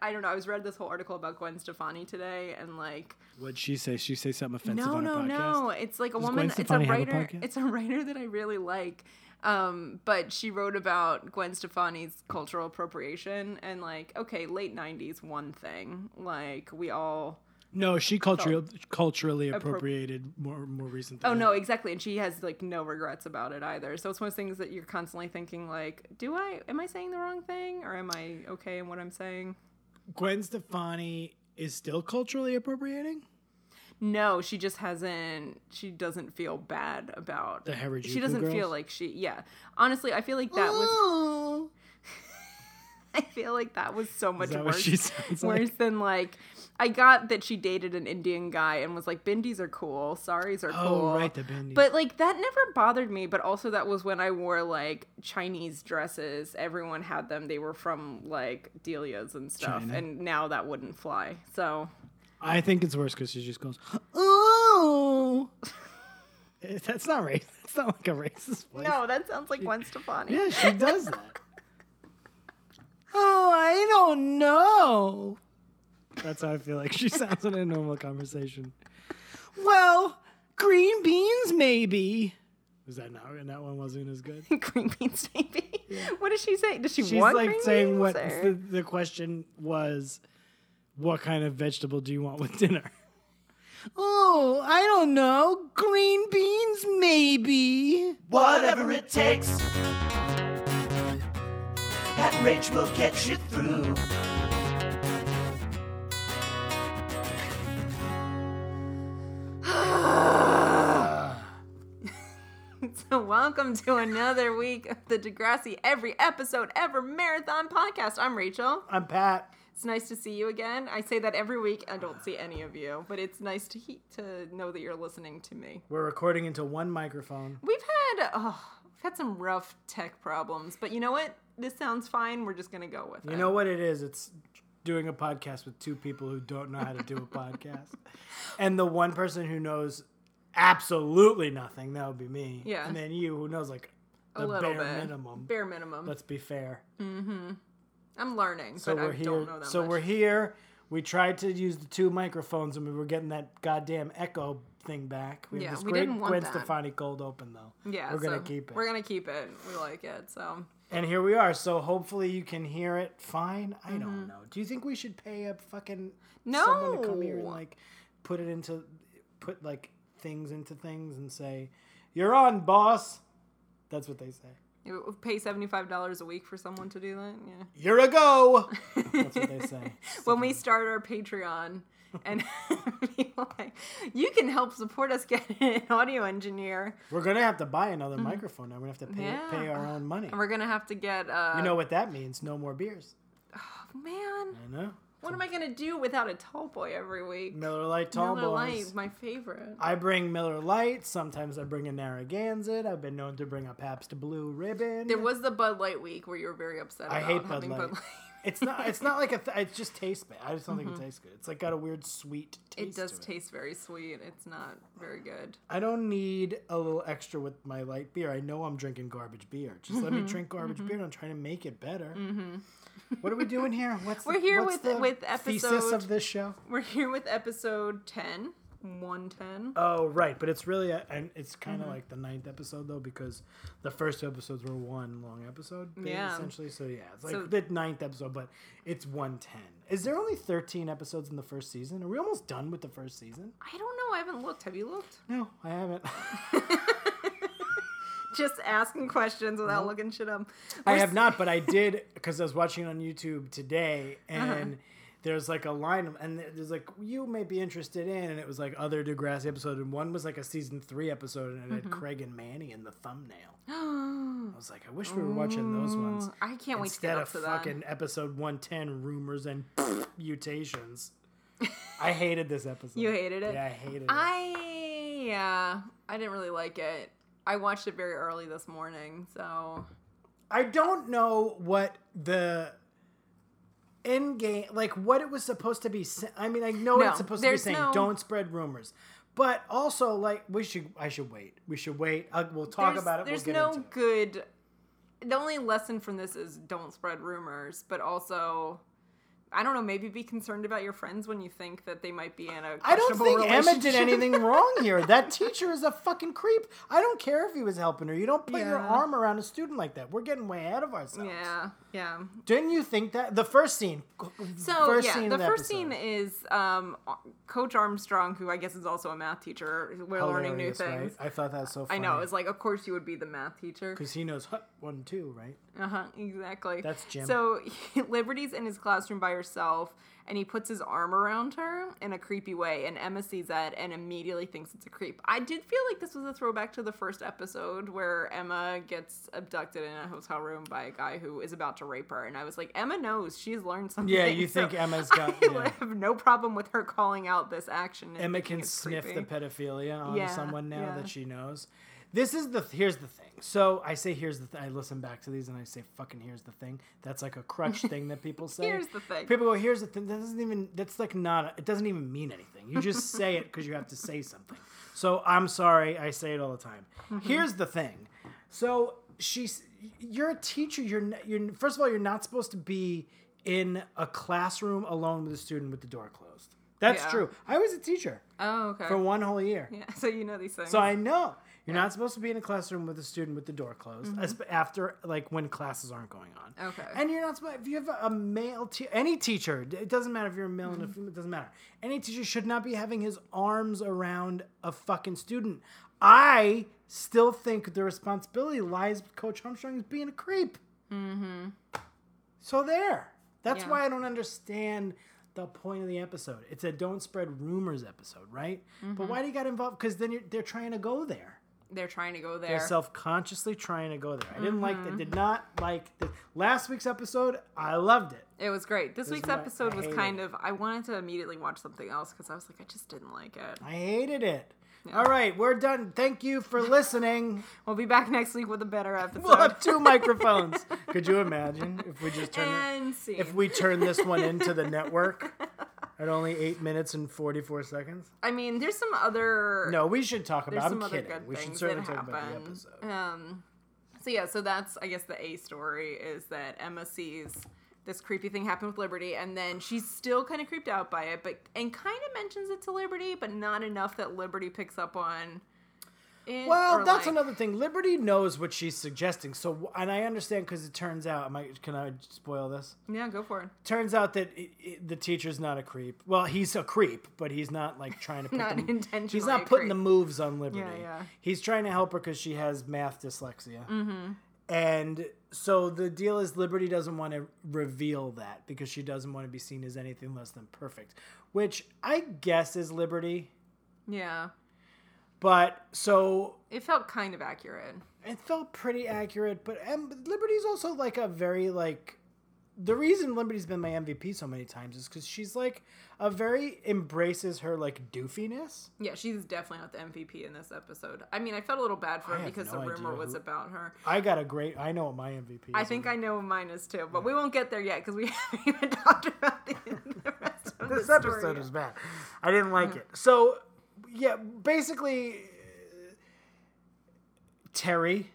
I don't know. I was read this whole article about Gwen Stefani today, and like, What'd she say? She say something offensive no, on a no, podcast? no. It's like a Does woman. Gwen It's a Stefani have a writer. podcast? it's a writer that I really like. Um, but she wrote about Gwen Stefani's cultural appropriation and like, okay, late '90s, one thing. Like we all. No, she culturally culturally appropriated more more recent. than Oh no, that. exactly. And she has like no regrets about it either. So it's one of those things that you're constantly thinking like, do I am I saying the wrong thing or am I okay in what I'm saying? Gwen Stefani is still culturally appropriating. No, she just hasn't she doesn't feel bad about The Harajuku She doesn't feel girls? Ah. like she yeah. Honestly, I feel like that was was. I feel like that was so much Is that worse. what she sounds like? Worse than like, I got that she dated an Indian guy and was like, "Bindis are cool, saris are Oh, cool." right, the bindis. But like that never bothered me. But also that was when I wore like Chinese dresses. Everyone had them. They were from like Delia's and stuff. China. And now that wouldn't fly. So I think it's worse because she just goes, "Oh." Eh, That's not racist. That's not like a racist voice. no, that sounds like Gwen Stefani. Yeah, she does that. oh, I don't know. That's how I feel like she sounds in a normal conversation. Well, green beans, maybe. Was that not? And that one wasn't as good. green beans, maybe. What does she say? Does she She's want like green saying beans, what or- the, the question was what kind of vegetable do you want with dinner? Oh, I don't know. Green beans, maybe. Whatever it takes. That rage will get you through. So, welcome to another week of the Degrassi Every Episode Ever Marathon Podcast. I'm Rachel. I'm Pat. It's nice to see you again. I say that every week. I don't see any of you, but it's nice to he- to know that you're listening to me. We're recording into one microphone. We've had oh, we've had some rough tech problems, but you know what? This sounds fine. We're just gonna go with it. You know what it is? It's doing a podcast with two people who don't know how to do a podcast. And the one person who knows absolutely nothing, that would be me. Yeah. And then you who knows like a the little bare bit. minimum. Bare minimum. Let's be fair. I'm learning, So but we're I here. don't know that so much. we're here. We tried to use the two microphones, and we were getting that goddamn echo thing back. We Yeah, have this we great didn't want Gwen that. Stefani cold open though. yeah, we're gonna so keep it. We're gonna keep it. We like it. So And here we are. So hopefully you can hear it fine. I don't know. Do you think we should pay a fucking someone to come here and Mm-hmm. No. like put it into put like things into things and say you're on, boss? That's what they say. you know, pay seventy five dollars a week for someone to do that. Yeah. You're a go. That's what they say. when we start our Patreon and people like, you can help support us get an audio engineer. We're gonna have to buy another microphone now. We're gonna have to pay Mm-hmm. Yeah. pay our own money. And we're gonna have to get uh You know what that means? No more beers. man, I know. what am I gonna do without a tall boy every week? Miller Lite tall Miller boys. Lite, my favorite. I bring Miller Lite. Sometimes I bring a Narragansett. I've been known to bring a Pabst Blue Ribbon. There was the Bud Light week where you were very upset I about hate Bud having Light. Bud Light. it's not. It's not like a. Th- it just tastes bad. I just don't think it tastes good. It's like got a weird sweet taste. Mm-hmm. It does to taste very sweet. It's not very good. I don't need a little extra with my light beer. I know I'm drinking garbage beer. Just let Mm-hmm. me drink garbage beer. I'm trying to make it better. What are we doing here? What's We're here what's with- the with thesis episode- of this show? We're here with episode 10, 110. Oh right, but it's really a, and it's kind Mm-hmm. of like the ninth episode though because the first two episodes were one long episode, ba- Yeah. essentially. So yeah, it's like So- the ninth episode, but it's one ten. Is there only thirteen episodes in the first season? Are we almost done with the first season? I don't know. I haven't looked. Have you looked? No, I haven't. Just asking questions without looking shit up. I We're have not, but I did because I was watching it on YouTube today Uh-huh. and. There's like a line, of- and there's like you may be interested in, and it was like other Degrassi episode, and one was like a season three episode, and it Mm-hmm. had Craig and Manny in the thumbnail. I was like, I wish we were watching those ones. I can't wait to get instead up of to that. fucking episode 110 rumors and mutations. I hated this episode. You hated it? Yeah, I hated it. I yeah, I didn't really like it. I watched it very early this morning, so I don't know what the end game, like what it was supposed to be. sa- I mean, I know No, it's supposed to be there's saying no- don't spread rumors, but also like we should. I should wait. We should wait. i we'll talk there's, about it. there's we'll get no into it. good. The only lesson from this is don't spread rumors, but also I don't know, maybe be concerned about your friends when you think that they might be in a I don't questionable think Emma did relationship. anything wrong here. That teacher is a fucking creep. I don't care if he was helping her. You don't put your Yeah. arm around a student like that. We're getting way out of ourselves. Yeah, yeah. Didn't you think that the first scene? So first yeah, scene the of the first episode. scene is um, Coach Armstrong, who I guess is also a math teacher. We're learning new Hilarious, Oh, right? things. I thought that was so. I funny. know. It's like, of course, you would be the math teacher. because he knows huh, one two, right? Uh huh. Exactly. That's Jim. So Liberty's in his classroom by herself, and he puts his arm around her in a creepy way, and Emma sees that and immediately thinks it's a creep. I did feel like this was a throwback to the first episode where Emma gets abducted in a hotel room by a guy who is about to rape her, and I was like, Emma knows she's learned something. Yeah, you think Emma's got- I yeah. have no problem with her calling out this action. And Emma thinking can it's sniff creepy. the pedophilia on Yeah, someone now yeah. that she knows. This is the here's the thing. So I say here's the th- I listen back to these and I say fucking here's the thing. That's like a crutch thing that people say. Here's the thing. People go here's the thing. That doesn't even that's like not a, it doesn't even mean anything. You just say it because you have to say something. So I'm sorry I say it all the time. Mm-hmm. Here's the thing. So she's you're a teacher. You're n- you're first of all you're not supposed to be in a classroom alone with a student with the door closed. That's Yeah. true. I was a teacher Oh, okay. for one whole year. yeah, so you know these things. So I know you're not supposed to be in a classroom with a student with the door closed Mm-hmm. esp- after like when classes aren't going on. Okay. And you're not supposed if you have a male te- any teacher, d- it doesn't matter if you're a male Mm-hmm. and a female, it doesn't matter. Any teacher should not be having his arms around a fucking student. I still think the responsibility lies with Coach Armstrong as being a creep. Mm-hmm. So there. That's Yeah. why I don't understand the point of the episode. It's a don't spread rumors episode, right? Mm-hmm. But why do you got involved? Because then you're, they're trying to go there. They're trying to go there. Mm-hmm. They're self consciously trying to go there. I didn't like that. Did not like the last week's episode. I loved it. It was great. This, week's what I episode was hated. kind of. I wanted to immediately watch something else because I was like, I just didn't like it. I hated it. All right, we're done. Thank you for listening. We'll be back next week with a better episode. We'll have two microphones. Could you imagine if we just turn and see. if we turn this one into the network at only eight minutes and forty four seconds? I mean, there's some other. No, we should talk there's about. some I'm other kidding. good We should things certainly that talk about the happen. episode. Um, so yeah, so that's I guess the A story is that Emma sees this creepy thing happen with Liberty, and then she's still kind of creeped out by it, but and kind of mentions it to Liberty, but not enough that Liberty picks up on. It, Well, or, that's like- another thing. Liberty knows what she's suggesting. So, and I understand because it turns out. Am I, can I spoil this? Yeah, go for it. Turns out that it, it, the teacher's not a creep. Well, he's a creep, but he's not like trying to put Not the, intentionally He's not a putting creep. the moves on Liberty. Yeah, yeah. He's trying to help her because she has math dyslexia. Mm-hmm. And so the deal is Liberty doesn't want to reveal that because she doesn't want to be seen as anything less than perfect, which I guess is Liberty. Yeah, But so it felt kind of accurate. it felt pretty accurate but um, liberty's also like a very like the reason liberty's been my mvp so many times is because she's like a very embraces her like doofiness Yeah, she's definitely not the MVP in this episode. I mean, I felt a little bad for I her have because no the rumor idea was who- about her. i got a great i know what my mvp is I think I know mine is too, but we won't get there yet because we haven't even talked about the, the rest of this the episode story. Mm-hmm. is bad i didn't like it so yeah basically uh, terry our-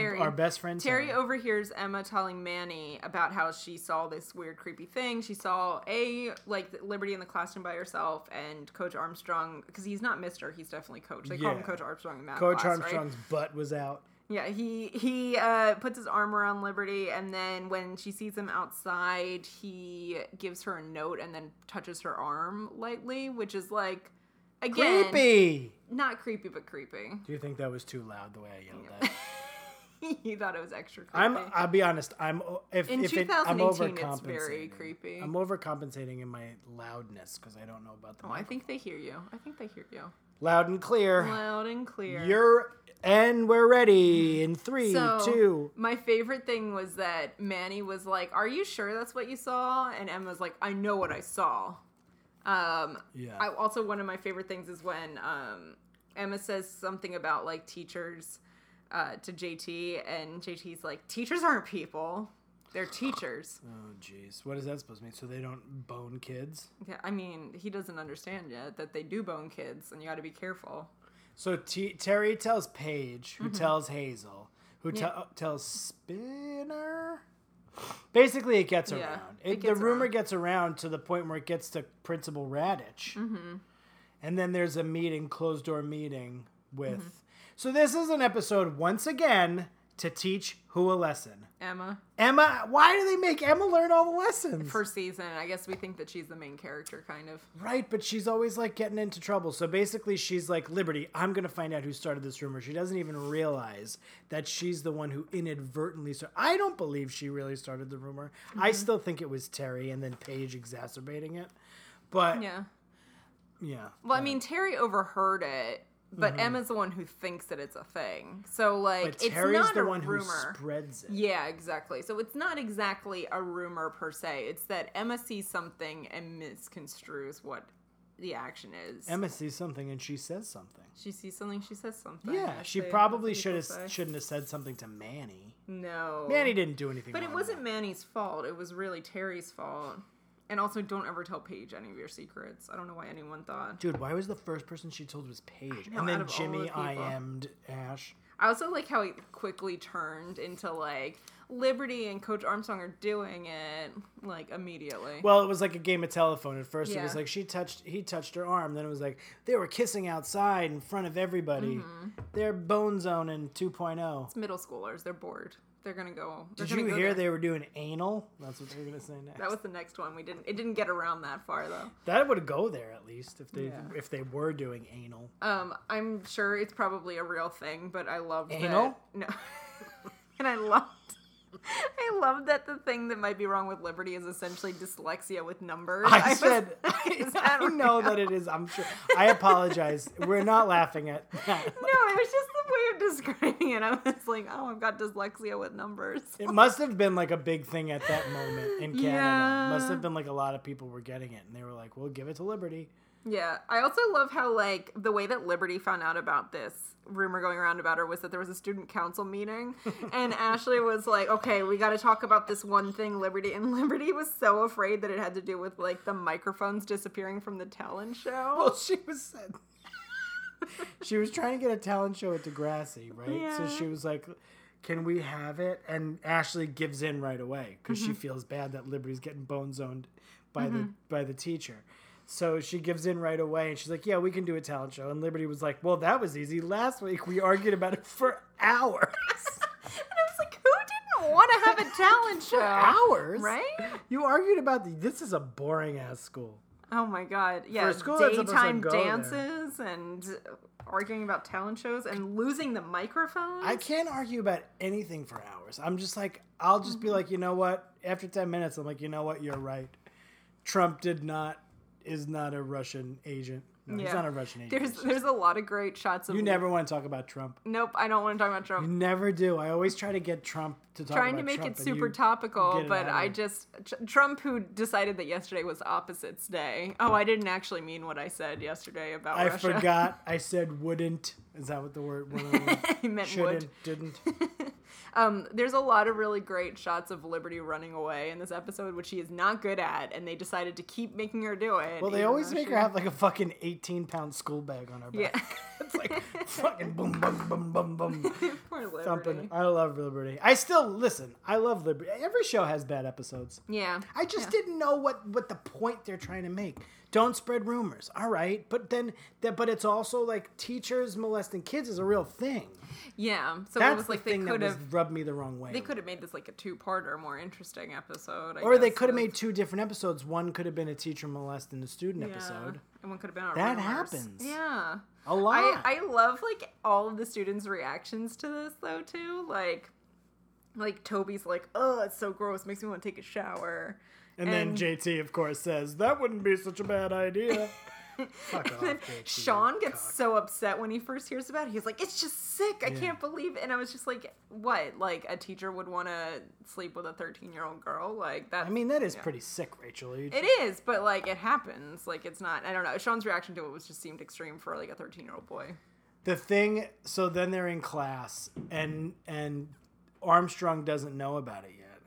Terry. our, best friend Terry overhears Emma telling Manny about how she saw this weird creepy thing. She saw a like Liberty in the classroom by herself and Coach Armstrong because he's not Mister, he's definitely Coach. They call him Yeah. Coach Armstrong in that coach class, right? armstrong's butt was out Yeah, he he uh, puts his arm around Liberty, and then when she sees him outside, he gives her a note and then touches her arm lightly, which is like, again, creepy not creepy, but creepy. do you think that was too loud the way i yelled that you thought it was extra creepy. I'm. I'll be honest. I'm. If, In if it, I'm 2018, overcompensating. it's very creepy. I'm overcompensating in my loudness because I don't know about the oh, I think they hear you. I think they hear you loud and clear. loud and clear. You're and we're ready in three, so, two. My favorite thing was that Manny was like, "Are you sure that's what you saw?" And Emma's like, "I know what I saw." Um, Yeah. I, also, one of my favorite things is when um, Emma says something about like teachers uh, to JT, and JT's like, "Teachers aren't people; they're teachers." oh jeez, what is that supposed to mean? So they don't bone kids. Yeah, I mean, he doesn't understand yet that they do bone kids, and you got to be careful. So T- Terry Mm-hmm. tells Paige, who tells Hazel, who te- tells Spinner. Basically, it gets Yeah, around. it It, gets the rumor around. gets around to the point where it gets to Principal Radich, Mm-hmm. and then there's a meeting, closed door meeting with. Mm-hmm. So this is an episode once again to teach who a lesson. Emma. Emma, why do they make Emma learn all the lessons? First season, I guess we think that she's the main character, kind of. Right, but she's always like getting into trouble. So basically, she's like, Liberty, I'm going to find out who started this rumor. She doesn't even realize that she's the one who inadvertently started. I don't believe she really started the rumor. I Mm-hmm. still think it was Terry and then Paige exacerbating it. But yeah. Yeah. Well, I mean, Terry overheard it, but Emma's the one who thinks that it's a thing. So, like, Mm-hmm. but it's Terry's not the a one rumor. who spreads it. Yeah, exactly. So it's not exactly a rumor per se. It's that Emma sees something and misconstrues what the action is. Emma sees something and she says something. she sees something, she says something. Yeah, That's she the- probably that's should what have people say. shouldn't have said something to Manny. No. Manny didn't do anything. But it wrong. wasn't Manny's fault. It was really Terry's fault. And also, don't ever tell Paige any of your secrets. I don't know why anyone thought. Dude, why was the first person she told was Paige? know, and out then of all the Jimmy people. IM'd Ash. I also like how it quickly turned into like Liberty and Coach Armstrong are doing it like immediately. Well, it was like a game of telephone. At first, it was Yeah. like she touched, he touched her arm. Then it was like they were kissing outside in front of everybody. Mm-hmm. They're bone zoning 2.0. it's middle schoolers. They're bored. They're gonna go. They're Did gonna you go hear there. they were doing anal? That's what they were gonna say next. That was the next one. We didn't. It didn't get around that far though. that would go there at least if they Yeah. if they were doing anal. Um, I'm sure it's probably a real thing, but I loved Anal? that. No, and I loved. I loved that the thing that might be wrong with Liberty is essentially dyslexia with numbers. I, was- said, is I, that I know real? that it is. I'm sure. I apologize. We're not laughing at that. No, it was just the way of describing it. I was like, oh, I've got dyslexia with numbers. It must have been like a big thing at that moment in Canada. Yeah. Must have been like a lot of people were getting it, and they were like, "We'll give it to Liberty." Yeah, I also love how like the way that Liberty found out about this rumor going around about her was that there was a student council meeting, and Ashley was like, "Okay, we got to talk about this one thing, Liberty." And Liberty was so afraid that it had to do with like the microphones disappearing from the talent show. Well, she was she was trying to get a talent show at Degrassi, right? So Yeah. she was like, "Can we have it?" And Ashley gives in right away because she feels bad that Liberty's getting bone zoned by the by the teacher. So she gives in right away, and she's like, "Yeah, we can do a talent show." And Liberty was like, "Well, that was easy. Last week we argued about it for hours, And I was like, "Who didn't want to have a talent show?" hours, Right? You argued about the, this is a boring ass school. Oh my god! Yeah, a school that's supposed to daytime go there. dances and arguing about talent shows and losing the microphones. I can't argue about anything for hours. I'm just like, I'll just Mm-hmm. be like, you know what? After 10 minutes, I'm like, you know what? You're right. Trump did not, is not a Russian agent. No, he's Yeah. not a Russian agent. There's there's a lot of great shots of you never want to talk about Trump. Nope, I don't want to talk about Trump. You never do. I always try to get Trump to talk trying about to make Trump it and super you- get topical, it but out of I here. just Tr- Trump who decided that yesterday was opposites day. Oh, I didn't actually mean what I said yesterday about I Russia. forgot. I said wouldn't. Is that what the word? One of the words? I meant Shouldn't, would. didn't. Um, there's a lot of really great shots of Liberty running away in this episode, which she is not good at, and they decided to keep making her do it. Well, they even always though make she- her have like a fucking 18 pound school bag on her back. Yeah, It's like fucking boom, boom, boom, boom, boom. poor Liberty. thumping. I love Liberty. I still listen. I love Liberty. Every show has bad episodes. Yeah, I just didn't know what what the point they're trying to make. Don't spread rumors. All right, but then that but it's also like teachers molesting kids is a real thing. yeah. So it That's was the like they thing that could was have rubbed me the wrong way. they could have made this like a two-parter, more interesting episode. I or they guess, could have with- made two different episodes. One could have been a teacher molesting a student episode. And one could have been on That rumors. happens. Yeah. A lot. I, I love like all of the students' reactions to this though too. Like like Toby's like, oh, it's so gross, makes me want to take a shower. and, then JT of course says that wouldn't be such a bad idea. Fuck off, then JT. Sean gets so upset when he first hears about it. He's like, it's just sick. I can't believe it. And I was just like, what? Like a teacher would want to sleep with a 13 year old girl? Like that. I mean that is pretty sick, Rachel. You- It is, but like it happens. Like it's not. I don't know. Sean's reaction to it was just seemed extreme for like a 13 year old boy. the thing so then they're in class and and armstrong doesn't know about it yet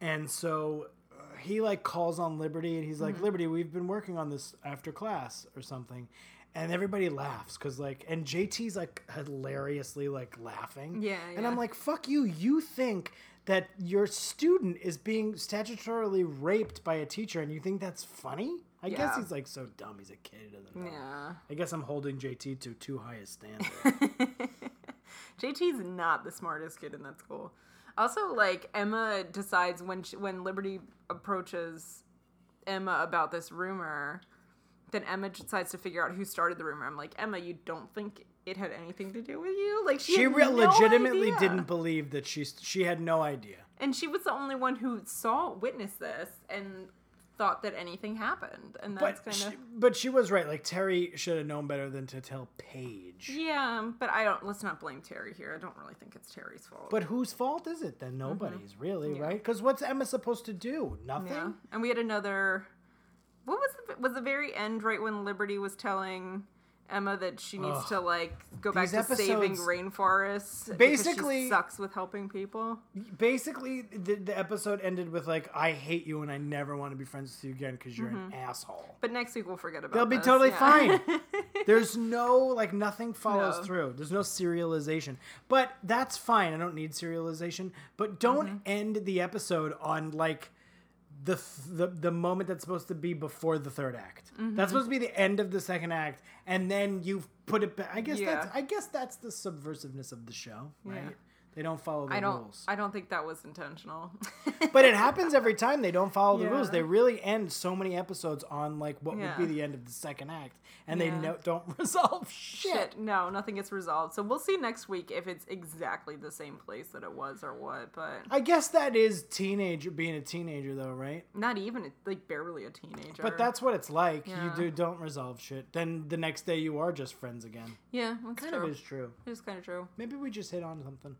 and so uh, he like calls on liberty and he's Mm-hmm. like liberty we've been working on this after class or something and everybody laughs because like and jt's like hilariously like laughing Yeah, and i'm yeah. like fuck you you think that your student is being statutorily raped by a teacher and you think that's funny? I guess Yeah. he's like so dumb. He's a kid. He doesn't know. Yeah. I guess I'm holding JT to too high a standard. JT's not the smartest kid in that school. Also, like Emma decides when she, when Liberty approaches Emma about this rumor, then Emma decides to figure out who started the rumor. I'm like, Emma, you don't think it had anything to do with you? Like she, she had re- no legitimately idea. didn't believe that she she had no idea. and she was the only one who saw witnessed this and thought that anything happened. And that's But kind she, but she was right. Like Terry should have known better than to tell Paige. of yeah. But I don't. Let's not blame Terry here. I don't really think it's Terry's fault. But whose fault is it Mm-hmm. then? Nobody's really, right? Because what's Emma supposed to do? Nothing. Yeah, and we had another. What was the, was the very end right when Liberty was telling Emma that she needs Ugh. to like go back These to saving episodes- rainforests? because she Basically- sucks with helping people. Basically, the, the episode ended with like, "I hate you and I never want to be friends with you again because you're Mm-hmm. an asshole." But next week we'll forget about. They'll be this, totally yeah. fine. There's no like nothing follows No. through. There's no serialization. But that's fine. I don't need serialization. But don't Mm-hmm. end the episode on like the, f- the the moment that's supposed to be before the third act. Mm-hmm. That's supposed to be the end of the second act, and then you put it back. I guess Yeah. that's I guess that's the subversiveness of the show, right? Yeah. They don't follow the I don't. rules. I don't think that was intentional. but it happens every time they don't follow the rules. Yeah. They really end so many episodes on like what Yeah. would be the end of the second act, and Yeah. they no, don't resolve shit. Shit, no, nothing gets resolved. So we'll see next week if it's exactly the same place that it was or what. But I guess that is teenager being a teenager though, right? not even like barely a teenager. But that's what it's like. Yeah. You do don't resolve shit. Then the next day you are just friends again. yeah, that's Kind true. of is true. It is kind of true. Maybe we just hit on something.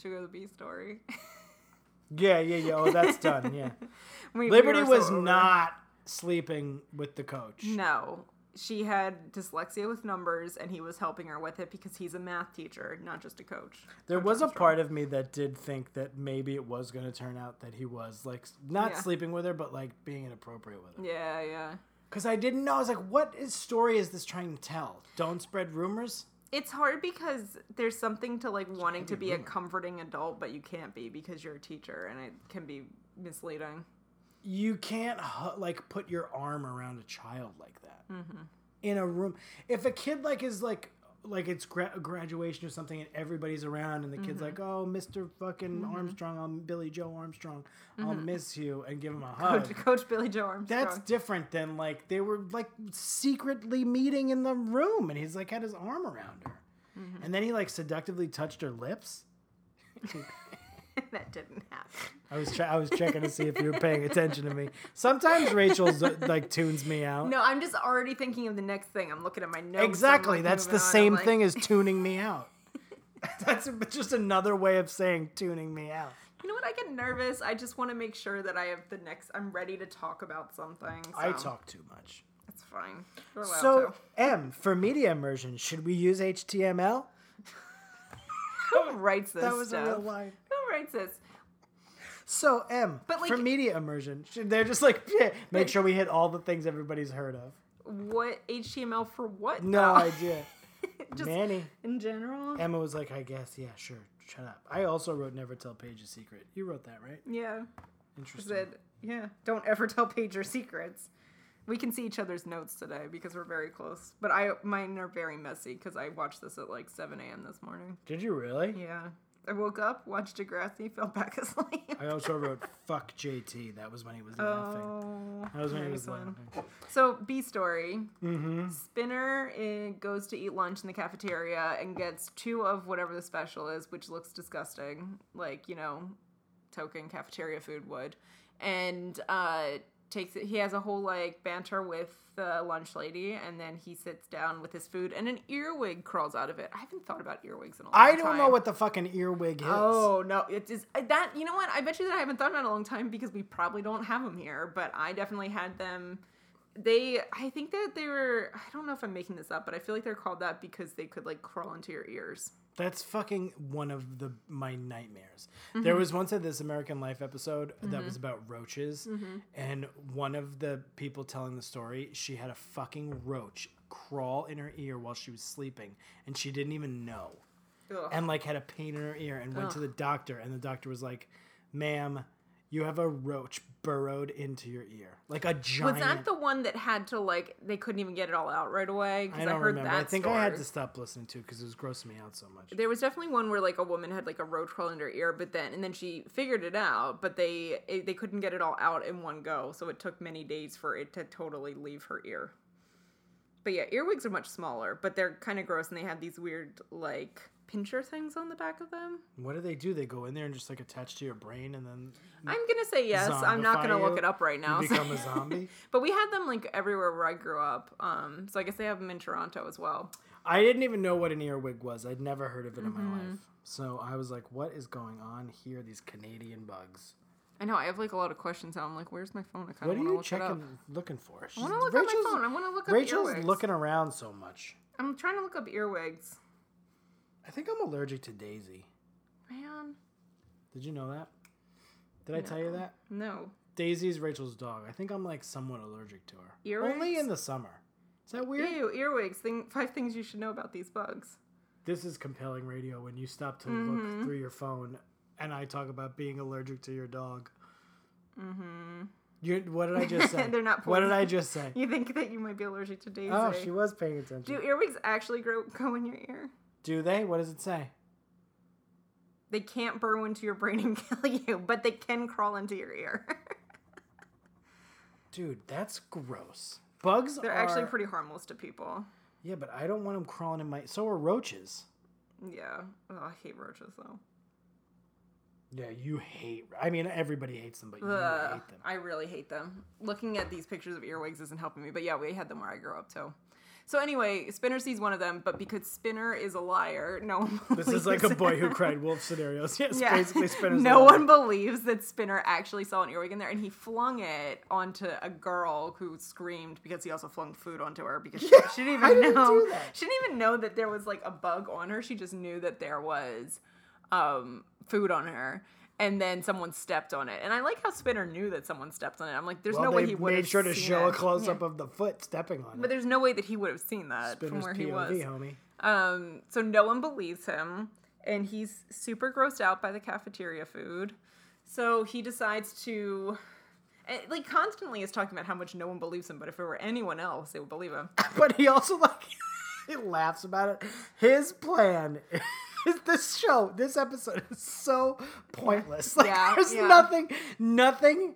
Sugar the Bee story. Yeah, yeah, yeah. Oh, that's done. Yeah. We- we Liberty were so was over it. not sleeping with the coach. No. She had dyslexia with numbers and he was helping her with it because he's a math teacher, not just a coach. There was a part of me that did think that maybe it was going to turn out that he was like s- not Yeah. sleeping with her, but like being inappropriate with her. Yeah, yeah. Because I didn't know. I was like, what is story is this trying to tell? Don't spread rumors. It's hard because there's something to like wanting to heavy be a rumor. comforting adult, but you can't be because you're a teacher and it can be misleading. you can't hu- like put your arm around a child like that in a room if a kid like is like like it's gra- graduation or something and everybody's around and the kid's like oh mr fucking armstrong i'm billy joe armstrong i'll miss you and give him a hug Coach, Coach Billy Joe Armstrong. Oh. that's different than like they were like secretly meeting in the room and he's like had his arm around her Mm-hmm. and then he like seductively touched her lips that didn't happen. I was, che- I was checking to see if you were paying attention to me. Sometimes Rachel's uh, like tunes me out. No, I'm just already thinking of the next thing. I'm looking at my notes. I'm, Exactly. like, That's the moving on. I'm same like- thing as tuning me out. That's a- just another way of saying tuning me out. You know what? I get nervous. I just want to make sure that I have the next. I'm ready to talk about something. I so talk too much. It's fine. We're allowed So, to. M, for media immersion, should we use HTML? Who writes this That was stuff? a real line. Who writes this? So, M, But, for like- media immersion, should they're just like, yeah, make sure we hit all the things everybody's heard of. What HTML for what? No though? idea. Just Manny. in general. Emma was like, I guess, yeah, sure, shut up. I also wrote Never Tell Paige a Secret. You wrote that, right? Yeah. Interesting. Said yeah. Don't ever tell Paige your secrets. We can see each other's notes today because we're very close. But I mine are very messy because I watched this at like 7 a.m. this morning. Did you really? Yeah. I woke up, watched Degrassi, fell back asleep. I also wrote Fuck JT. That was when he was laughing. Oh, That was when he nice was one. laughing. So B story. Spinner uh, goes to eat lunch in the cafeteria and gets two of whatever the special is, which looks disgusting, like you know, token cafeteria food would, and uh, takes it. He has a whole like banter with the lunch lady, and then he sits down with his food, and an earwig crawls out of it. I haven't thought about earwigs in a long I time. don't know what the fucking earwig is. Oh no! It is that you know what? I bet you that I haven't thought about it in a long time because we probably don't have them here. But I definitely had them. They, I think that they were. I don't know if I'm making this up, but I feel like they're called that because they could like crawl into your ears. That's fucking one of the my nightmares. Mm-hmm. There was once a This American Life episode that was about roaches, Mm-hmm. and one of the people telling the story, she had a fucking roach crawl in her ear while she was sleeping, and she didn't even know. Ugh. and like had a pain in her ear and went to the doctor and the doctor was like, "Ma'am, you have a roach burrowed into your ear, like a Was giant." that the one that had to like they couldn't even get it all out right away? I Because don't I, heard remember. that. I think I had story. to stop listening to because it was grossing me out so much. There was definitely one where like a woman had like a roach crawl in her ear, but then and then she figured it out, but they it, they couldn't get it all out in one go, so it took many days for it to totally leave her ear. But yeah, earwigs are much smaller, but they're kind of gross, and they have these weird like pincher things on the back of them. What do they do? They go in there and just like attach to your brain and then I'm gonna say yes. I'm not gonna zombify look you? it up right now. You so- become a zombie. but we had them like everywhere where I grew up. Um, so I guess they have them in Toronto as well. I didn't even know what an earwig was. I'd never heard of it in my Mm-hmm. life. So I was like, what is going on here? These Canadian bugs. I know I have like a lot of questions now. I'm like, where's my phone? I kind What of are want to you look it up. checking, looking for? She's, wanna look at my phone. I wanna look up Rachel's earwigs. looking around so much. I'm trying to look up earwigs, I think I'm allergic to Daisy. man. Did you know that? Did I tell you that? No, Daisy's Rachel's dog. I think I'm like somewhat allergic to her. Only Earwigs? in the summer. Is that weird? Ew, earwigs. Thing, five things you should know about these bugs. This is compelling radio when you stop to Mm-hmm. look through your phone and I talk about being allergic to your dog. Mm-hmm. You, what did I just say? They're not What did I poison. just say? You think that you might be allergic to daisy? Oh, she was paying attention. Do Do, earwigs actually grow go in your ear? they? What does it say? They can't burrow into your brain and kill you, but they can crawl into your ear. Dude, that's gross. Bugs They're are actually pretty harmless to people. Yeah, but I don't want them crawling in my. So are roaches. Yeah. Oh, I hate roaches though. Yeah, you hate. I mean, everybody hates them, but you Ugh, hate them. I really hate them. Looking at these pictures of earwigs isn't helping me, but yeah, we had them where I grew up too. So anyway, Spinner sees one of them, but because Spinner is a liar, no one This is like a believes boy him. who cried wolf scenarios. Yes, Yeah. basically spinners. no alive. one believes that Spinner actually saw an earwig in there, and he flung it onto a girl who screamed because he also flung food onto her because she, she didn't I even didn't know. do that. She didn't even know that there was like a bug on her. She just knew that there was um, food on her. And then someone stepped on it, and I like how Spinner knew that someone stepped on it. I'm like, there's Well, no way they he would made have sure to seen show it. a close up Yeah. of the foot stepping on But it. there's no way that he would have seen that from Spinner's where POV, he was. homie. Um, so no one believes him, and he's super grossed out by the cafeteria food. So he decides to, eh, like, constantly is talking about how much no one believes him. But if it were anyone else, they would believe him. But he also like he laughs about it. His plan is this show, this episode is so pointless. Like Yeah, there's yeah. nothing, nothing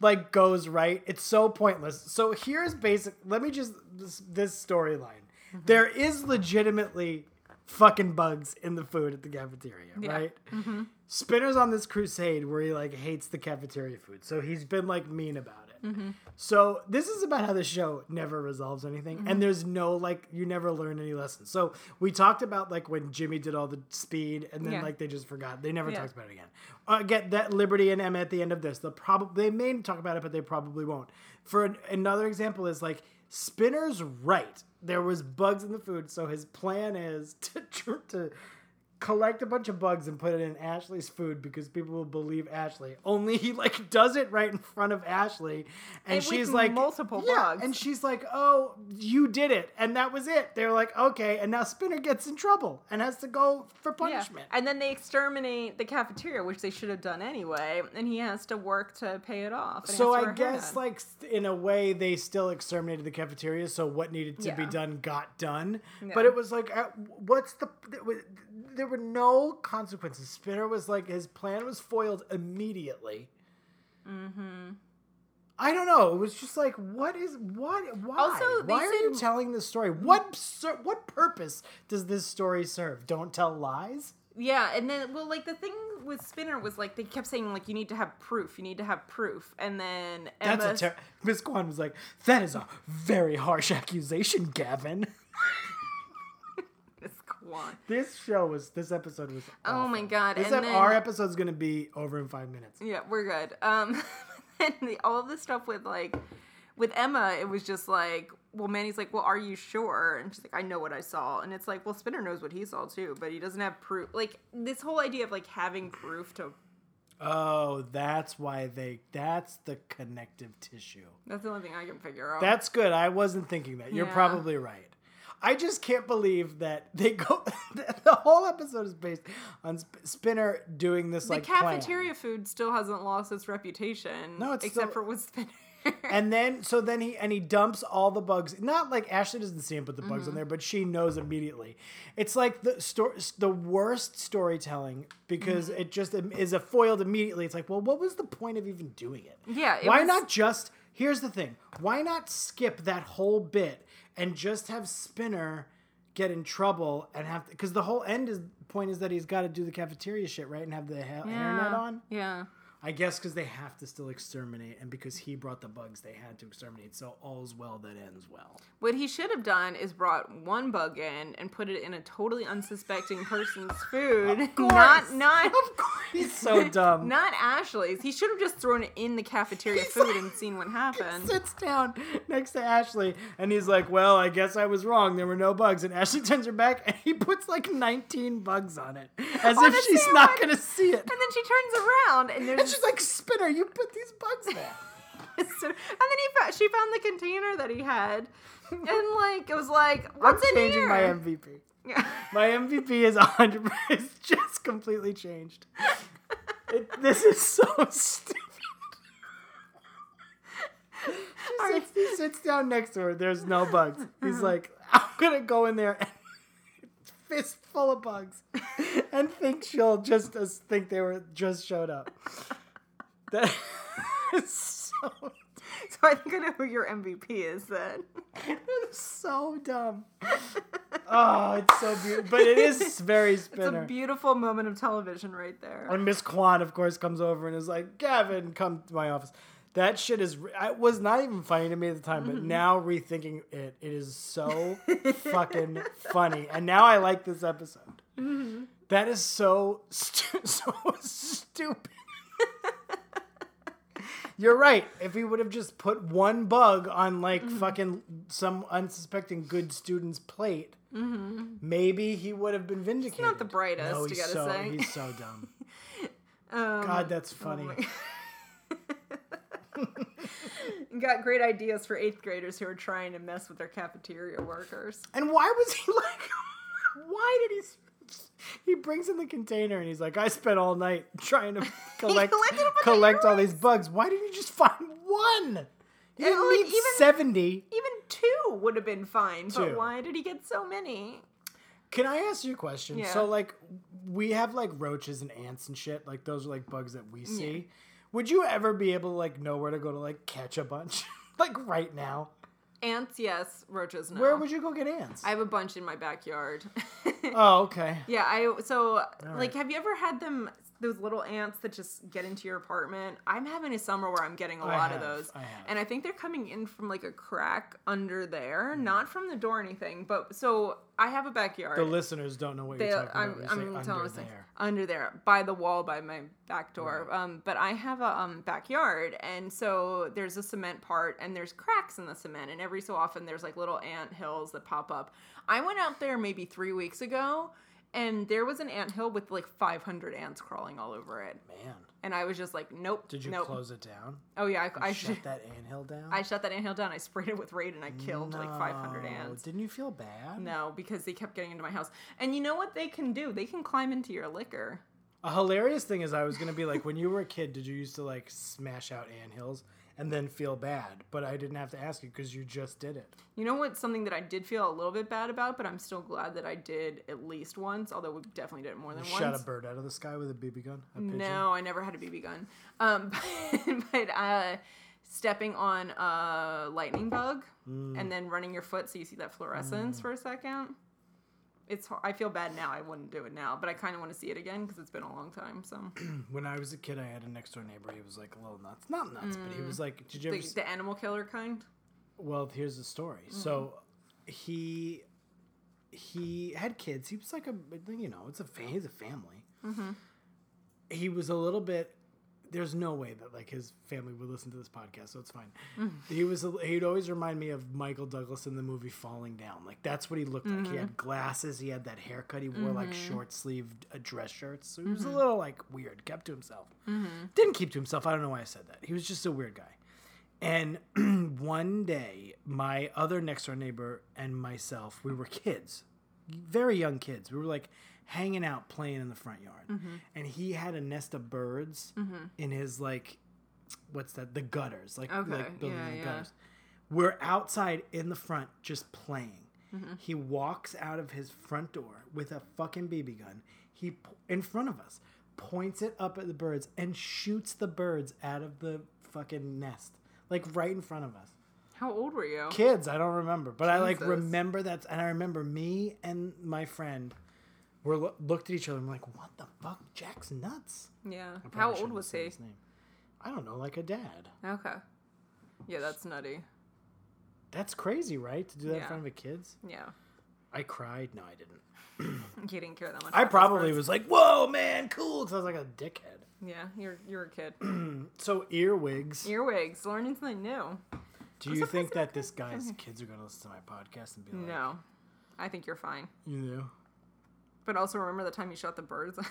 like goes right. It's so pointless. So here's basic. Let me just this, this storyline. Mm-hmm. There is legitimately fucking bugs in the food at the cafeteria, Yeah. Mm-hmm. right? Spinner's on this crusade where he like hates the cafeteria food, so he's been like mean about it. So this is about how the show never resolves anything, and there's no like you never learn any lessons. So we talked about like when Jimmy did all the speed, and then Yeah. like they just forgot. They never Yeah. talked about it again. Uh, get that Liberty and Emma at the end of this. They'll probably they may talk about it, but they probably won't. For an, another example is like Spinner's right. There was bugs in the food, so his plan is to tr- to collect a bunch of bugs and put it in Ashley's food because people will believe Ashley. Only he like does it right in front of Ashley, And and, with she's like multiple yeah, bugs. and she's like, "Oh, you did it," and that was it. They're like, "Okay," and now Spinner gets in trouble and has to go for punishment. And then they exterminate the cafeteria, which they should have done anyway, and he has to work to pay it off. and he So has to wear I a guess, hat. like s- in a way, they still exterminated the cafeteria. So what needed to be Yeah. done got done. Yeah. But it was like, at- what's the? there were- There were no consequences. Spinner was like his plan was foiled immediately. Mm-hmm. Mm-hmm. I don't know. It was just like, what is what? Why? Also, they Mm. why are you said- telling this story? What ser- what purpose does this story serve? Don't tell lies. Yeah, and then well, like the thing with Spinner was like they kept saying like you need to have proof, you need to have proof, and then That's Emma a ter- Miss Kwan was like, that is a very harsh accusation, Gavin. It's Quan. This show was this episode was. Oh my awful. God, This and ep- then- our episode's gonna be over in five minutes. Yeah, we're good. Um, and the, all the stuff with like with Emma, it was just like, well, Manny's like, well, are you sure? And she's like, I know what I saw. And it's like, well, Spinner knows what he saw too, but he doesn't have proof. Like this whole idea of like having proof to Oh, that's why they. That's the connective tissue. that's the only thing I can figure out. That's good. I wasn't thinking that. You're Yeah. probably right. I just can't believe that they go. the whole episode is based on Sp- Spinner doing this The like plan. cafeteria food still hasn't lost its reputation. No, it's except for still- with Spinner. And then so then he and he dumps all the bugs. Not like Ashley doesn't see him put the bugs Mm-hmm. on there, but she knows immediately. It's like the story, the worst storytelling because Mm-hmm. it just im- is a foiled immediately. It's like, well, what was the point of even doing it? Yeah, it Why was- not just? Here's the thing. Why not skip that whole bit and just have Spinner get in trouble and have because the whole end is point is that he's got to do the cafeteria shit right and have the ha- internet on. Yeah. I guess because they have to still exterminate, and because he brought the bugs, they had to exterminate. So all's well that ends well. What he should have done is brought one bug in and put it in a totally unsuspecting person's food. not not of course. He's so dumb. Not Ashley's. He should have just thrown it in the cafeteria food and seen what happened. Sits down next to Ashley, and he's like, "Well, I guess I was wrong. There were no bugs." And Ashley turns her back, and he puts like 19 bugs on it, as On a if she's not sandwich. gonna see it. And then she turns around and And there's she's like, "Spinner, you put these bugs there." So- and then he found, she found the container that he had, and like it was like, what's I'm in changing here? my MVP. Yeah. My MVP is 100. It's just completely changed. It, this is so stupid. She sits, he sits down next to her. There's no bugs. Uh-huh. He's like, I'm gonna go in there and fist full of bugs, and think she'll just as think they were just showed up. That is so so I think I know who your MVP is then. so dumb. Oh, it's so beautiful, but it is very It's a spinner. beautiful moment of television right there. And Miss Kwan, of course, comes over and is like, Gavin, come to my office. That shit is, it was not even funny to me at the time, Mm-hmm. but now rethinking it, it is so fucking funny. And now I like this episode. Mm-hmm. That is so, stu- so stupid. You're right. If he would have just put one bug on like Mm-hmm. fucking some unsuspecting good student's plate, maybe he would have been vindicated. Mm-hmm. not the brightest, No, you he's gotta so, say. He's so dumb. Um, God, that's funny. Got great ideas for eighth graders who are trying to mess with their cafeteria workers. and why was he like? why did he? s- He brings in the container and he's like, "I spent all night trying to collect collected a bunch of collect all these bugs. Why didn't you just find one? You didn't like, need even- seventy. Even two would have been fine, Two. but why did he get so many? Can I ask you a question? Yeah. So, like, we have like roaches and ants and shit. Like, those are like bugs that we see. Would you ever be able to like know where to go to like catch a bunch? like right now, Ants, yes. Roaches, no. where would you go get ants? I have a bunch in my backyard. oh, okay. Yeah, I so right. like have you ever had them those little ants that just get into your apartment? I'm having a summer where I'm getting a I lot have, of those. I have. And I think they're coming in from like a crack under there, Hmm. not from the door or anything, but so I have a backyard. The listeners don't know what They- you're talking I'm, about. I'm I'm, telling under us things. there. under there by the wall by my back door. Um, but I have a um, backyard, and so there's a cement part, and there's cracks in the cement, and every so often there's like little ant hills that pop up. I went out there maybe three weeks ago, and there was an ant hill with like 500 ants crawling all over it, Man, and I was just like, nope. did you nope. close it down? Oh yeah, I, I Shut shut that. that anthill down? I shut that ant hill down. I sprayed it with raid, and I killed like 500 No, ants. Didn't you feel bad? No, because they kept getting into my house. And you know what they can do? They can climb into your liquor. A hilarious thing is, I was gonna be like, when you were a kid, did you used to like smash out anthills and then feel bad? But I didn't have to ask you because you just did it. You know what? Something that I did feel a little bit bad about, but I'm still glad that I did at least once. Although we definitely did it more than once. Shot a bird out of the sky with a BB gun. A pigeon. No, I never had a BB gun. Um, but, uh, stepping on a lightning bug Mm. and then running your foot so you see that fluorescence for a second. It's. hor- I feel bad now. I wouldn't do it now, but I kind of want to see it again because it's been a long time. So When I was a kid, I had a next door neighbor. He was like a little nuts, not nuts, but Mm. he was like, did you ever? the, s- the animal killer kind. well here's the story so he he had kids he was like a you know it's a fa- he's a family he was a little bit there's no way that like his family would listen to this podcast so it's fine he was a- he'd always remind me of michael douglas in the movie falling down like that's what he looked like he had glasses he had that haircut he wore like short sleeved uh, dress shirts so he was a little like weird kept to himself didn't keep to himself i don't know why i said that he was just a weird guy and one day my other next door neighbor and myself, we were kids, very young kids. We were like hanging out playing in the front yard, Mm-hmm. and he had a nest of birds in his like, what's that? The gutters, like Okay, like building yeah, the yeah. gutters. We're outside in the front just playing. Mm-hmm. He walks out of his front door with a fucking BB gun. He po- in front of us points it up at the birds and shoots the birds out of the fucking nest, like right in front of us How old were you? kids. I don't remember, but I like Jesus. remember that, and I remember me and my friend were lo- looked at each other. and I'm like, what the fuck? Jack's nuts. Yeah. I probably How shouldn't old have was said he? his name. I don't know, like a dad. Okay. Yeah, that's nutty. That's crazy, right? To do that in Yeah. front of a kids. Yeah. I cried. No, I didn't. You didn't care that much. I about those probably birds. was like, whoa, man, cool, because I was like a dickhead. Yeah, you're you're a kid. So earwigs. Earwigs, learning something new. do you surprised think it that this guy's kids are gonna listen to my podcast and be like, No, I think you're fine. you know, But also remember the time you shot the birds.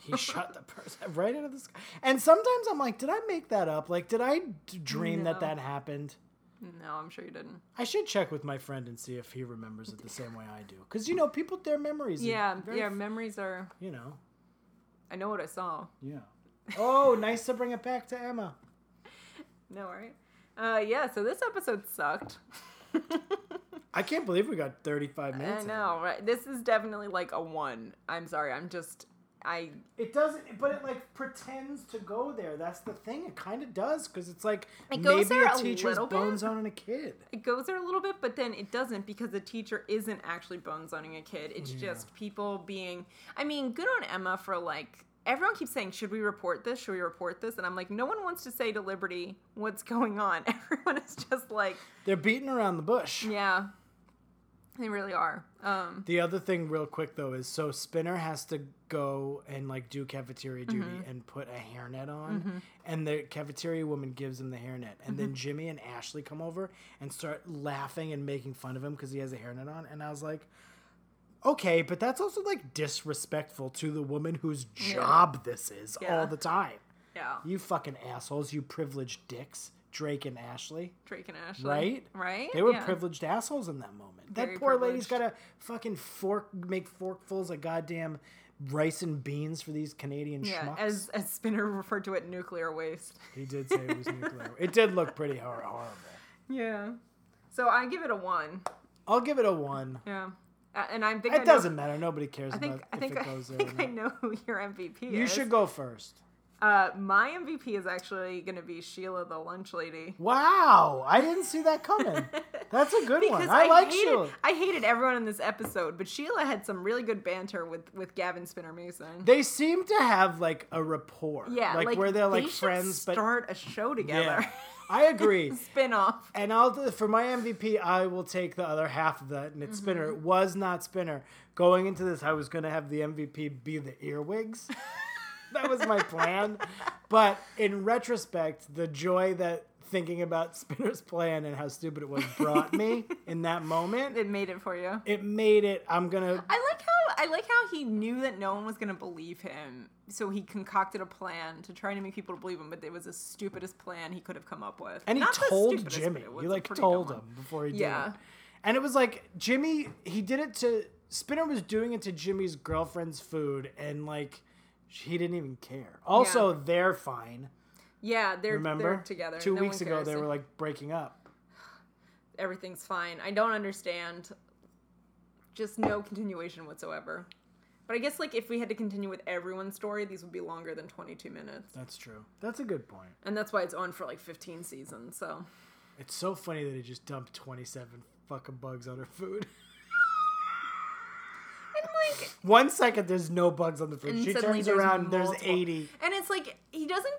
He shot the person right out of the sky. And sometimes I'm like, did I make that up? Like, did I d- dream No. that that happened? no, I'm sure you didn't. I should check with my friend and see if he remembers it the same way I do. Because, you know, people, their memories. are Yeah, very yeah. f- Memories are. you know. I know what I saw. Yeah. Oh, nice to bring it back to Emma. No, right? Uh, yeah. So this episode sucked. I can't believe we got 35 I minutes. in. know, right? This is definitely like a one. I'm sorry. I'm just. I It doesn't, but it like pretends to go there. That's the thing. It kind of does because it's like It maybe goes there a a teacher's little bit. bone zone and a kid. it goes there a little bit, but then it doesn't because the teacher isn't actually bone zoning a kid. It's just people being. I mean, good on Emma for like. Everyone keeps saying, "Should we report this? Should we report this?" And I'm like, no one wants to say to Liberty what's going on. Everyone is just like, They're beating around the bush. yeah, they really are. Um, The other thing, real quick though, is so Spinner has to go and like do cafeteria duty and put a hairnet on, and the cafeteria woman gives him the hairnet, and then Jimmy and Ashley come over and start laughing and making fun of him because he has a hairnet on, and I was like, okay, but that's also like disrespectful to the woman whose job this is Yeah. all the time. yeah, You fucking assholes, you privileged dicks, Drake and Ashley. Drake and Ashley, Right? Right? They were Yeah. privileged assholes in that moment. Very that poor lady's privileged. got to fucking fork, make forkfuls of goddamn rice and beans for these Canadian Yeah, schmucks. as as Spinner referred to it, nuclear waste. he did say it was nuclear. It did look pretty hor- horrible. Yeah. So I give it a one. I'll give it a one. Yeah. Uh, and I think I It know- doesn't matter. Nobody cares I think about I if think, it I, goes there. or think I not. know who your MVP is. You should go first. Uh, my MVP is actually going to be Sheila the lunch lady. Wow, I didn't see that coming. That's a good one. Because I, like hated, Sheila. I hated everyone in this episode, but Sheila had some really good banter with with Gavin Spinner Mason. They seem to have like a rapport. yeah, like, where they're they like should friends, but start a show together. yeah, I agree. Spin off. And I'll for my MVP, I will take the other half of that, and it's Spinner. It was not Spinner. Going into this, I was going to have the MVP be the earwigs. that was my plan. But in retrospect, the joy that thinking about Spinner's plan and how stupid it was brought me in that moment, It made it for you. it made it. I'm gonna. I like how I like how he knew that no one was gonna believe him, so he concocted a plan to try to make people believe him. But it was the stupidest plan he could have come up with. And he Not the told stupidest, but Jimmy. it was He a like pretty dumb told one. him before he did Yeah. it. And it was like Jimmy. He did it to Spinner was doing it to Jimmy's girlfriend's food, and like he didn't even care. Also, they're fine. Yeah, they're Remember, they're together. two No weeks one ago cares. they were like breaking up. everything's fine. I don't understand. Just no continuation whatsoever. But I guess like if we had to continue with everyone's story, these would be longer than 22 minutes, That's true. That's a good point. and that's why it's on for like 15 seasons. So It's so funny that he just dumped twenty-seven fucking bugs on her food. and like One second there's no bugs on the food. And she suddenly turns there's around, there's multiple- eighty. And it's like he doesn't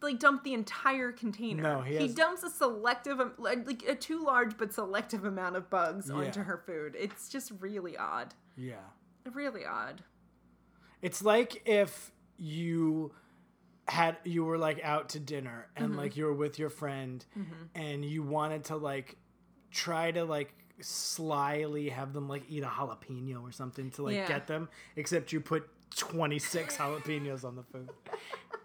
like dump the entire container. No, he has- dumps a selective am- like like, a too large but selective amount of bugs onto Yeah. her food. It's just really odd. Yeah. Really odd. It's like if you had you were like out to dinner and Mm-hmm. like you were with your friend and you wanted to like try to like slyly have them like eat a jalapeno or something to like Yeah. get them except you put 26 jalapenos on the food.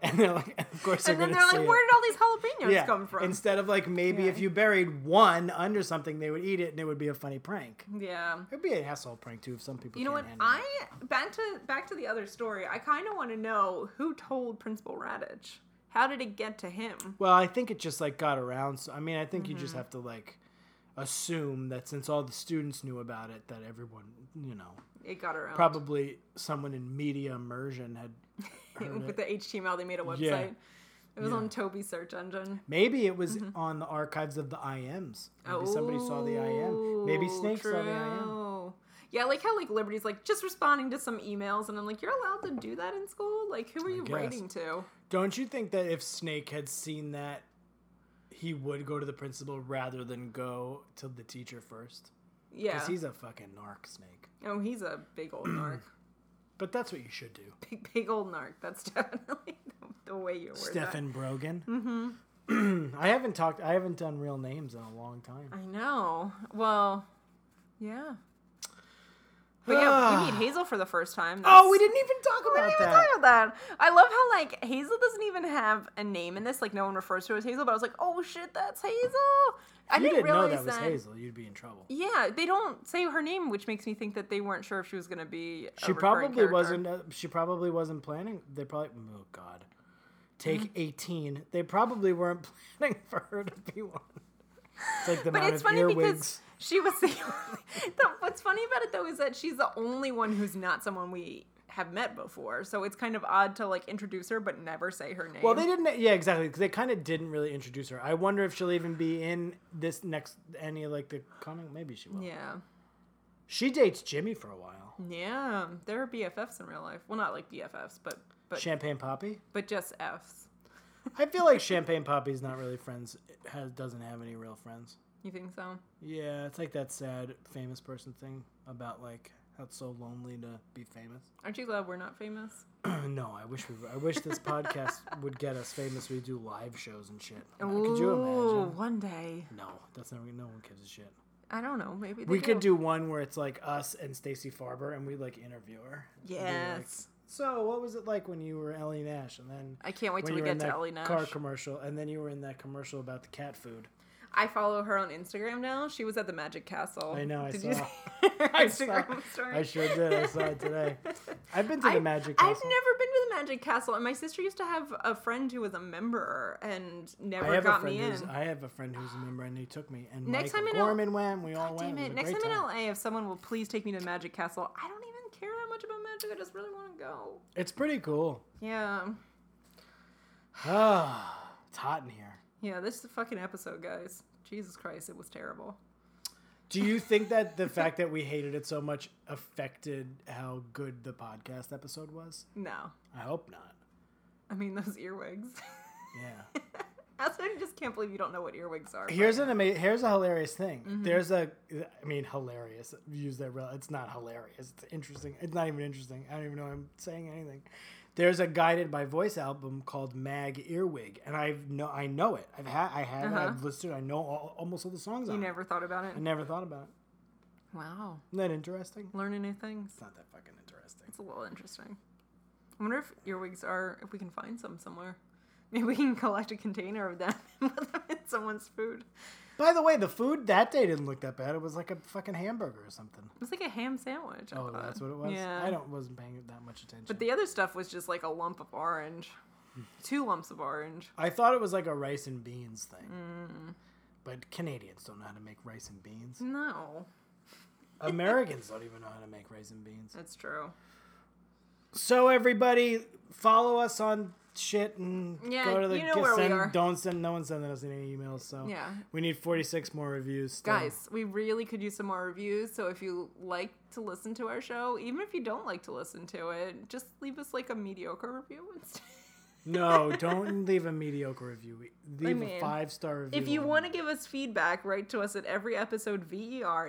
and they're like, of course And they're then gonna they're see like, it. where did all these jalapenos yeah. come from? Instead of like maybe Yeah. if you buried one under something, they would eat it and it would be a funny prank. yeah. It'd be an asshole prank too if some people. You know what? can't handle I back to back to the other story. I kind of want to know who told Principal Radich. How did it get to him? Well, I think it just like got around. So I mean, I think you Mm-hmm. just have to like assume that since all the students knew about it, that everyone, you know, It got around. probably someone in media immersion had. heard with it. the HTML they made a website. It was on Toby search engine. Maybe it was Mm-hmm. on the archives of the IMs. Maybe somebody saw the IM. Maybe Oh, Snake saw the IM. true. Yeah, I like how like Liberty's like just responding to some emails, and I'm like, you're allowed to do that in school. Like, who are you guess. writing to? Don't you think that if Snake had seen that, he would go to the principal rather than go to the teacher first? Yeah. Because he's a fucking narc, Snake. oh, he's a big old narc. But that's what you should do. big big old narc. That's definitely the, the way you word that. Stefan Brogan. Mm-hmm. I haven't talked. I haven't done real names in a long time. I know. Well, yeah. But yeah, we meet Hazel for the first time. Ah. Oh, we That's- didn't even talk We about didn't that. even talk about that. I love how like Hazel doesn't even have a name in this. Like no one refers to her as Hazel, but I was like, oh shit, that's Hazel. I you didn't know realize that was Hazel. You'd be in trouble. Yeah, they don't say her name, which makes me think that they weren't sure if she was going to be. a She recurring probably character. wasn't. Uh, she probably wasn't planning. They probably. Oh God. Mm-hmm. Take eighteen. They probably weren't planning for her to be one. It's like the But amount it's of funny earwigs. because she was the only. The, what's funny about it though is that she's the only one who's not someone we have met before, so it's kind of odd to like introduce her but never say her name. Well, they didn't. Yeah, exactly. 'cause they kind of didn't really introduce her. I wonder if she'll even be in this next any like the coming. Maybe she will. Yeah, She dates Jimmy for a while. yeah, there are BFFs in real life. Well, not like BFFs, but but Champagne Poppy. but just Fs. I feel like Champagne Poppy's not really friends. Has doesn't have any real friends. You think so? Yeah, it's like that sad famous person thing about like how it's so lonely to be famous. Aren't you glad we're not famous? no, I wish we. Were, I wish this podcast would get us famous. We do live shows and shit. Could you Ooh, imagine? One day, No, that's never. No one gives a shit. I don't know. Maybe they We could do one where it's like us and Stacey Farber, and we like interview her. And be like, Yes. so, what was it like when you were Ellie Nash, and then I can't wait when till we you were in get to that Ellie Nash. car commercial, and then you were in that commercial about the cat food? I follow her on Instagram now. She was at the Magic Castle. I know, I Did saw. you see her I Instagram saw- story? I sure did. I saw it today. I've been to the I- Magic I've Castle. never been to the Magic Castle, and my sister used to have a friend who was a member and I never have a got me friend in. who's. I have a friend who's a member, and he took me. And Next Michael time in L- Gorman went. We all Damn went. it! It was Next a time great in time. LA, if someone will please take me to the Magic Castle, I don't even care that much about magic. I just really want to go. It's pretty cool. Yeah, Ah, it's hot in here. yeah. This is a fucking episode, guys. Jesus Christ, it was terrible. Do you think that the fact that we hated it so much affected how good the podcast episode was? No, I hope not. I mean those earwigs. Yeah. I also just can't believe you don't know what earwigs are. Here's an ama- here's a hilarious thing. Mm-hmm. There's a I mean hilarious. Use that real. It's not hilarious. It's interesting. It's not even interesting. I don't even know I'm saying anything. There's a guided by voice album called Mag Earwig, and I've no I know it. I've had I have I've listed. I know all, almost all the songs Uh-huh. You on. it. never thought about it? I never thought about it. Wow. Isn't that interesting? Learning new things. It's not that fucking interesting. It's a little interesting. I wonder if earwigs are, if we can find some somewhere. Maybe we can collect a container of them and put them in someone's food. By the way, the food that day didn't look that bad. It was like a fucking hamburger or something. It was like a ham sandwich. I Oh, thought. that's what it was. Yeah. I don't wasn't paying that much attention. But the other stuff was just like a lump of orange. Hmm. Two lumps of orange. I thought it was like a rice and beans thing. Mm. But Canadians don't know how to make rice and beans. No. Americans don't even know how to make rice and beans. That's true. So everybody, follow us on shit and Yeah, go to the you know where we send- are. don't send no one sending us any emails. So Yeah. we need forty six more reviews. Still. Guys, we really could use some more reviews. So if you like to listen to our show, even if you don't like to listen to it, just leave us like a mediocre review instead. no, don't leave a mediocre review. Leave a mean, five star review. If you on- want to give us feedback, write to us at every episode ver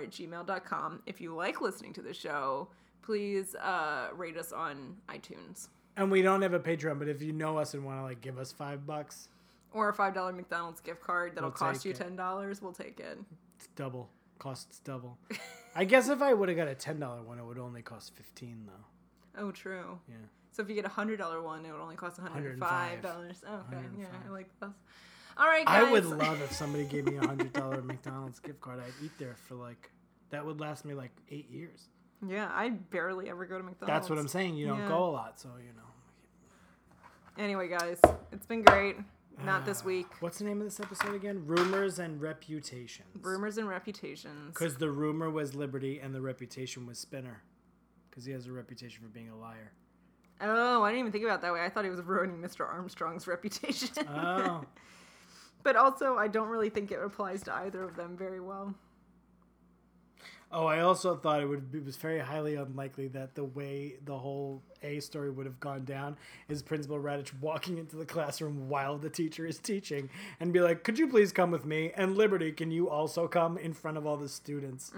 at gmail.com. If you like listening to the show, please uh, rate us on iTunes and we don't have a Patreon, but if you know us and want to like give us five bucks, or a $5 McDonald's gift card that'll We'll cost take you $10. We'll take it. It's double. Costs double. I guess if I would have got a ten dollar one, it would only cost fifteen though. Oh, true. Yeah. So if you get a hundred dollar one, it would only cost one hundred five dollars. $105. Oh, okay, yeah, I $105. like this. All right, guys. I would love if somebody gave me a hundred dollar McDonald's gift card. I'd eat there for like that would last me like eight years. Yeah, I barely ever go to McDonald's. That's what I'm saying. You don't Yeah. go a lot, so you know. Anyway, guys, it's been great. Not this week. What's the name of this episode again? Rumors and reputations. Rumors and reputations. Because the rumor was Liberty and the reputation was Spinner. Because he has a reputation for being a liar. Oh, I didn't even think about it that way. I thought he was ruining Mr. Armstrong's reputation. Oh. but also, I don't really think it applies to either of them very well. oh, I also thought it would it was very highly unlikely that the way the whole A story would have gone down is Principal Radich walking into the classroom while the teacher is teaching and be like, Could you please come with me? And Liberty, can you also come in front of all the students?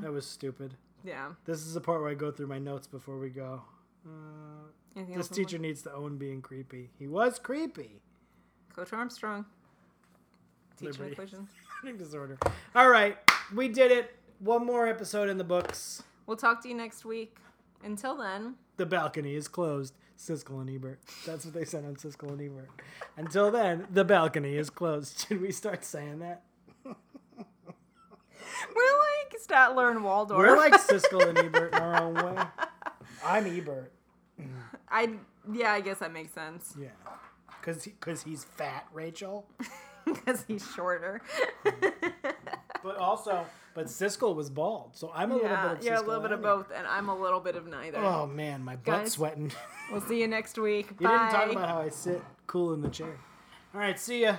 That was stupid. Yeah. This is the part where I go through my notes before we go. Uh, Anything this else on teacher needs to own being creepy. He was creepy. that? Coach Armstrong. Teaching Liberty. equations. Eating disorder. All right, we did it. One more episode in the books. We'll talk to you next week. Until then, The balcony is closed. Siskel and Ebert. That's what they said on Siskel and Ebert. Until then, the balcony is closed. Should we start saying that? we're like Statler and Waldorf. We're like Siskel and Ebert in our own way. I'm Ebert. I yeah, I guess that makes sense Yeah. Cause, he, Cause he's fat, Rachel. because he's shorter. But also, but Siskel was bald, so I'm a little yeah, bit of yeah, a Siskel little bit and of Ebert. both, and I'm a little bit of neither. Oh man, my butt's Guys, sweating. We'll see you next week. You Bye. didn't talk about how I sit cool in the chair. All right, see ya.